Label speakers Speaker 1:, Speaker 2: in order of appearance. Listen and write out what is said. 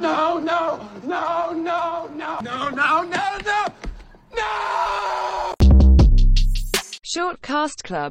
Speaker 1: no, no, no, no, no, no, no, no, no, no!
Speaker 2: Short Cast Club